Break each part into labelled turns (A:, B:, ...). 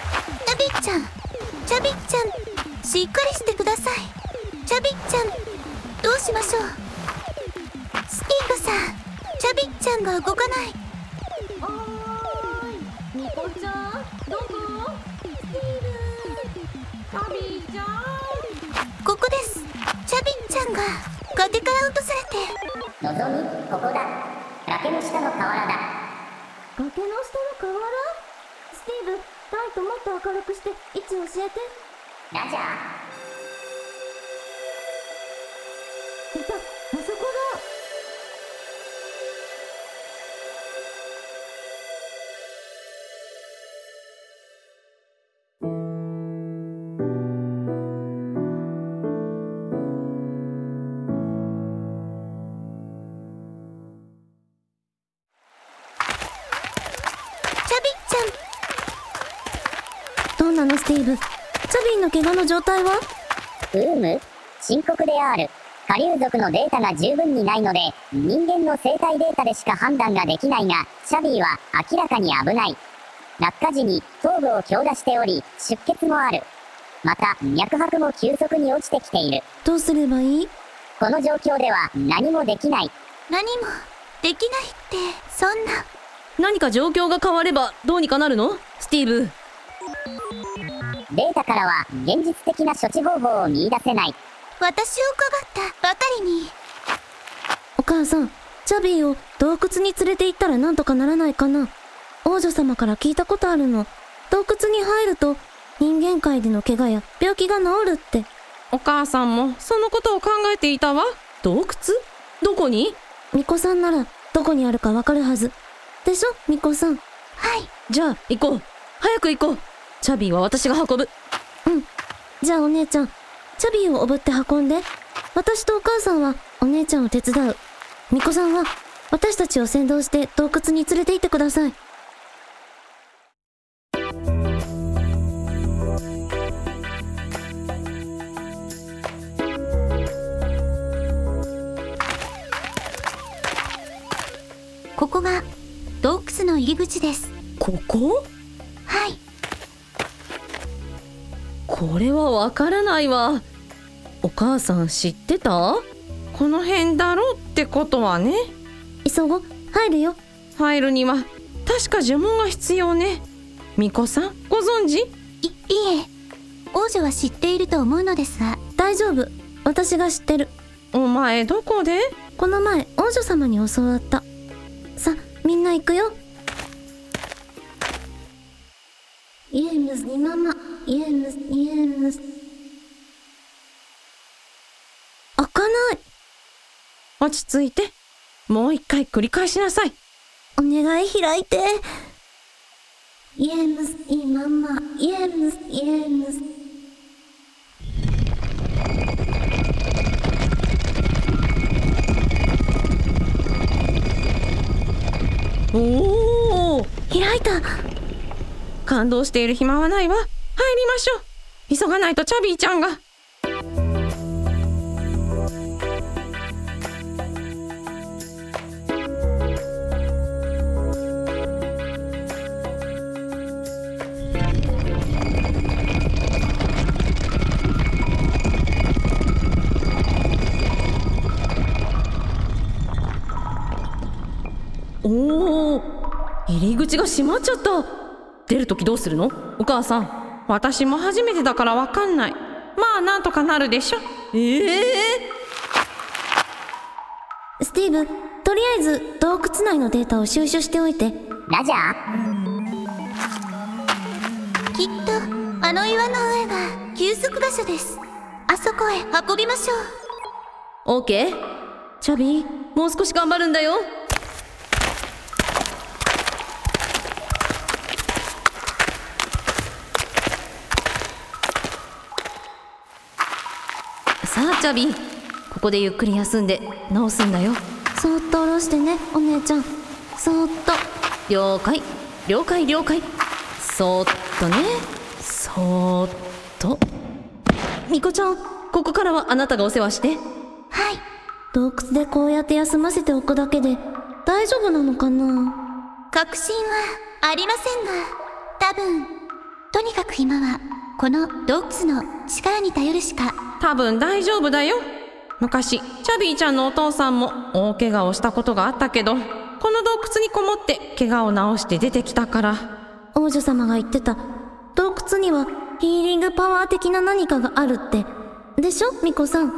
A: チャビッちゃんチャビッちゃんしっかりしてくださいチャビッちゃんどうしましょうスティングさんチャビッちゃんが動かない
B: おーいニコちゃんどこスティーブタビーちゃん
A: ここですチャビッちゃんが崖から落とされて
C: 望みここだ崖の下の河原だ
B: 崖の下の河原スティーブライトもっと明るくして位置教えて
C: ラジャ
B: いたあそこだ
A: チャビッちゃ
B: どう
A: ん
B: なのスティーブチャビーの怪我の状態は
C: ーうむ深刻である下流族のデータが十分にないので人間の生体データでしか判断ができないがシャビーは明らかに危ない落下時に頭部を強打しており出血もあるまた脈拍も急速に落ちてきている
B: どうすればいい
C: この状況では何もできない
A: 何もできないってそんな
D: 何か状況が変わればどうにかなるのスティーブ
C: データからは現実的な処置方法を見出せない
A: 私をかばったばかりに
B: お母さん、チャビーを洞窟に連れて行ったらなんとかならないかな。王女様から聞いたことあるの。洞窟に入ると、人間界での怪我や病気が治るって。
D: お母さんもそのことを考えていたわ洞窟どこに
B: 巫女さんなら、どこにあるかわかるはず。でしょ巫女さん。
A: はい
D: じゃあ行こう早く行こうチャビーは私が運ぶ
B: じゃあお姉ちゃん、チャビーをおぶって運んで。私とお母さんは、お姉ちゃんを手伝う。巫女さんは、私たちを先導して洞窟に連れて行ってください。
A: ここが洞窟の入り口です
D: ここ
A: はい
D: これはわからないわお母さん知ってたこの辺だろうってことはね
B: 急ごう。入るよ。
D: 入るには確か呪文が必要ね巫女さんご存知
A: いいいえ王女は知っていると思うのですが
B: 大丈夫。私が知ってる。
D: お前どこで
B: この前王女様に教わったさみんな行くよイエムズにママイエムズイエムズ開かない
D: 落ち着いてもう一回繰り返しなさい
B: お願い開いてイエムズイママイエムズイエムズ
D: おお
B: 開いた
D: 感動している暇はないわ入りましょう急がないとチャビーちゃんがおお入り口が閉まっちゃった出るときどうするのお母さん私も初めてだからわかんないまあなんとかなるでしょええ
B: スティーブとりあえず洞窟内のデータを収集しておいて
C: ラジャー
A: きっとあの岩の上が休息場所ですあそこへ運びましょう
D: オッケー
B: チャビー
D: もう少し頑張るんだよさあチャビここでゆっくり休んで直すんだよ
B: そーっと下ろしてねお姉ちゃんそーっと
D: 了解了解了解そーっとねそーっとみこちゃんここからはあなたがお世話して
A: はい
B: 洞窟でこうやって休ませておくだけで大丈夫なのかな
A: 確信はありませんが多多分とにかく今はこの洞窟の力に頼るしか
D: 多分大丈夫だよ昔チャビーちゃんのお父さんも大怪我をしたことがあったけどこの洞窟にこもって怪我を治して出てきたから
B: 王女様が言ってた洞窟にはヒーリングパワー的な何かがあるってでしょミコさん
A: はい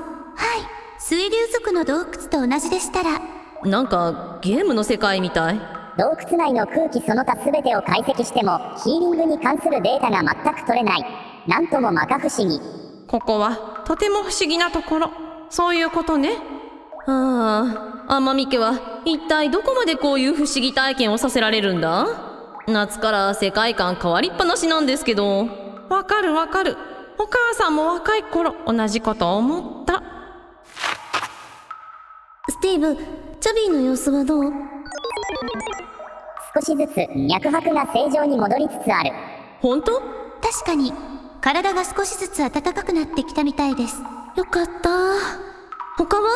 A: 水流族の洞窟と同じでしたら
D: なんかゲームの世界みたい
C: 洞窟内の空気その他全てを解析してもヒーリングに関するデータが全く取れないなんとも摩訶不思議
D: ここはとても不思議なところそういうことねああ天海家は一体どこまでこういう不思議体験をさせられるんだ夏から世界観変わりっぱなしなんですけどわかるわかるお母さんも若い頃同じこと思った
B: スティーブチャビーの様子はどう
C: 少しずつ脈拍が正常に戻りつつある
D: 本当
A: 確かに体が少しずつ暖かくなってきたみたいです
B: よかった他は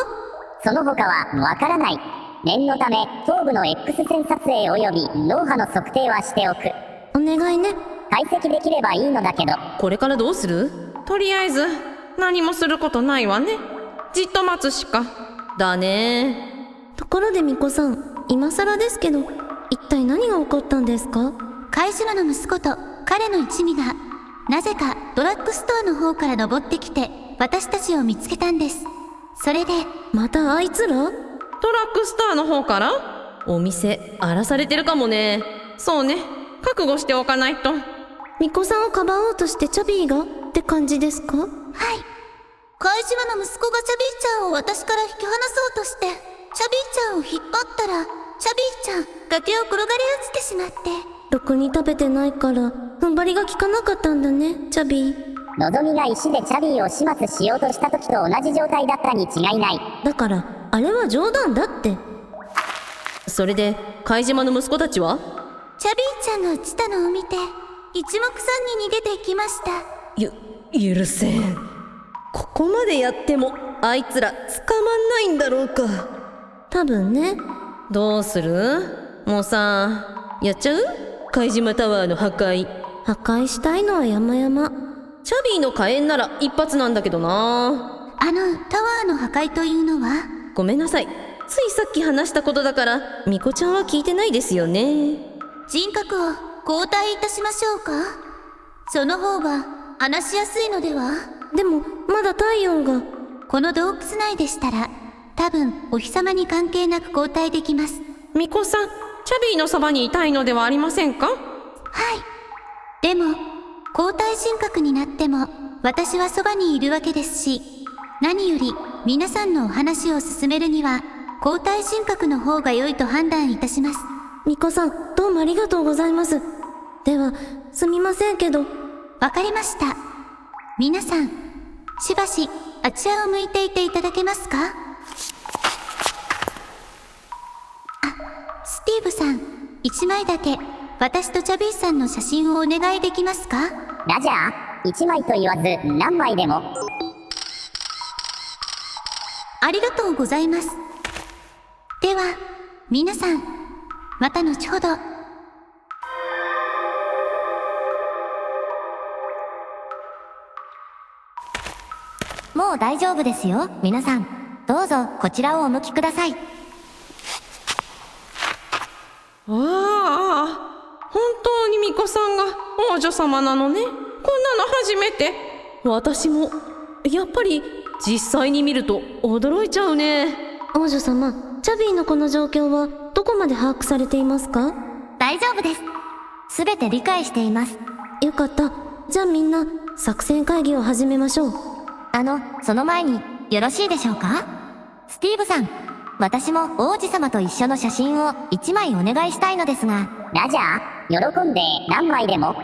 C: その他はわからない念のため頭部の X 線撮影及び脳波の測定はしておく
B: お願いね
C: 解析できればいいのだけど
D: これからどうするとりあえず何もすることないわねじっと待つしかだね
B: ところでミコさん今更ですけど一体何が起こったんですか
A: 貝島の息子と彼の一味がなぜかドラッグストアの方から登ってきて私たちを見つけたんですそれで
B: またあいつら
D: ドラッグストアの方からお店荒らされてるかもねそうね覚悟しておかないと
B: ミコさんをかばおうとしてチャビーがって感じですか
A: はい。貝島の息子がチャビーちゃんを私から引き離そうとして、チャビーちゃんを引っ張ったら、チャビーちゃん、崖を転がり落ちてしまって。
B: ろくに食べてないから踏ん張りが効かなかったんだねチャビー
C: のぞみが石でチャビーを始末しようとした時と同じ状態だったに違いない
B: だからあれは冗談だって
D: それで貝島の息子たちは
A: チャビーちゃんが落ちたのを見て、一目散に逃げていきました。
D: ゆ許せんここまでやってもあいつら捕まんないんだろうか
B: 多分ね
D: どうするもうさやっちゃう貝島タワーの破壊
B: 破壊したいのは山々
D: チャビーの火炎なら一発なんだけどな
A: あの、タワーの破壊というのは
D: ごめんなさいついさっき話したことだからミコちゃんは聞いてないですよね
A: 人格を交代いたしましょうかその方が話しやすいのでは
B: でもまだ体温が
A: この洞窟内でしたら、多分お日様に関係なく交代できます。
D: ミコさんチャビーのそばにいたいのではありませんか
A: はい。でも、交代人格になっても、私はそばにいるわけですし、何より皆さんのお話を進めるには、交代人格の方が良いと判断いたします。
B: ミコさんどうもありがとうございますではすみませんけど
A: わかりました。皆さん、しばし、あちらを向いていていただけますかあ、スティーブさん、一枚だけ、私とチャビーさんの写真をお願いできますか
C: ラジャー1枚と言わず何枚でも
A: ありがとうございます。では、皆さん、また後ほど。
E: もう大丈夫ですよ、皆さん。どうぞ、こちらをお向きください。
D: ああ本当にミコさんが王女様なのねこんなの初めて私もやっぱり実際に見ると驚いちゃうね
B: 王女様チャビーのこの状況はどこまで把握されていますか
E: 大丈夫です。すべて理解しています。
B: よかったじゃあみんな作戦会議を始めましょう
E: あの、その前に、よろしいでしょうかスティーブさん、私も王子様と一緒の写真を1枚お願いしたいのですが、
C: ラジャー喜んで何枚でも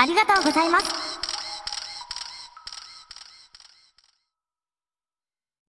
E: ありがとうございます。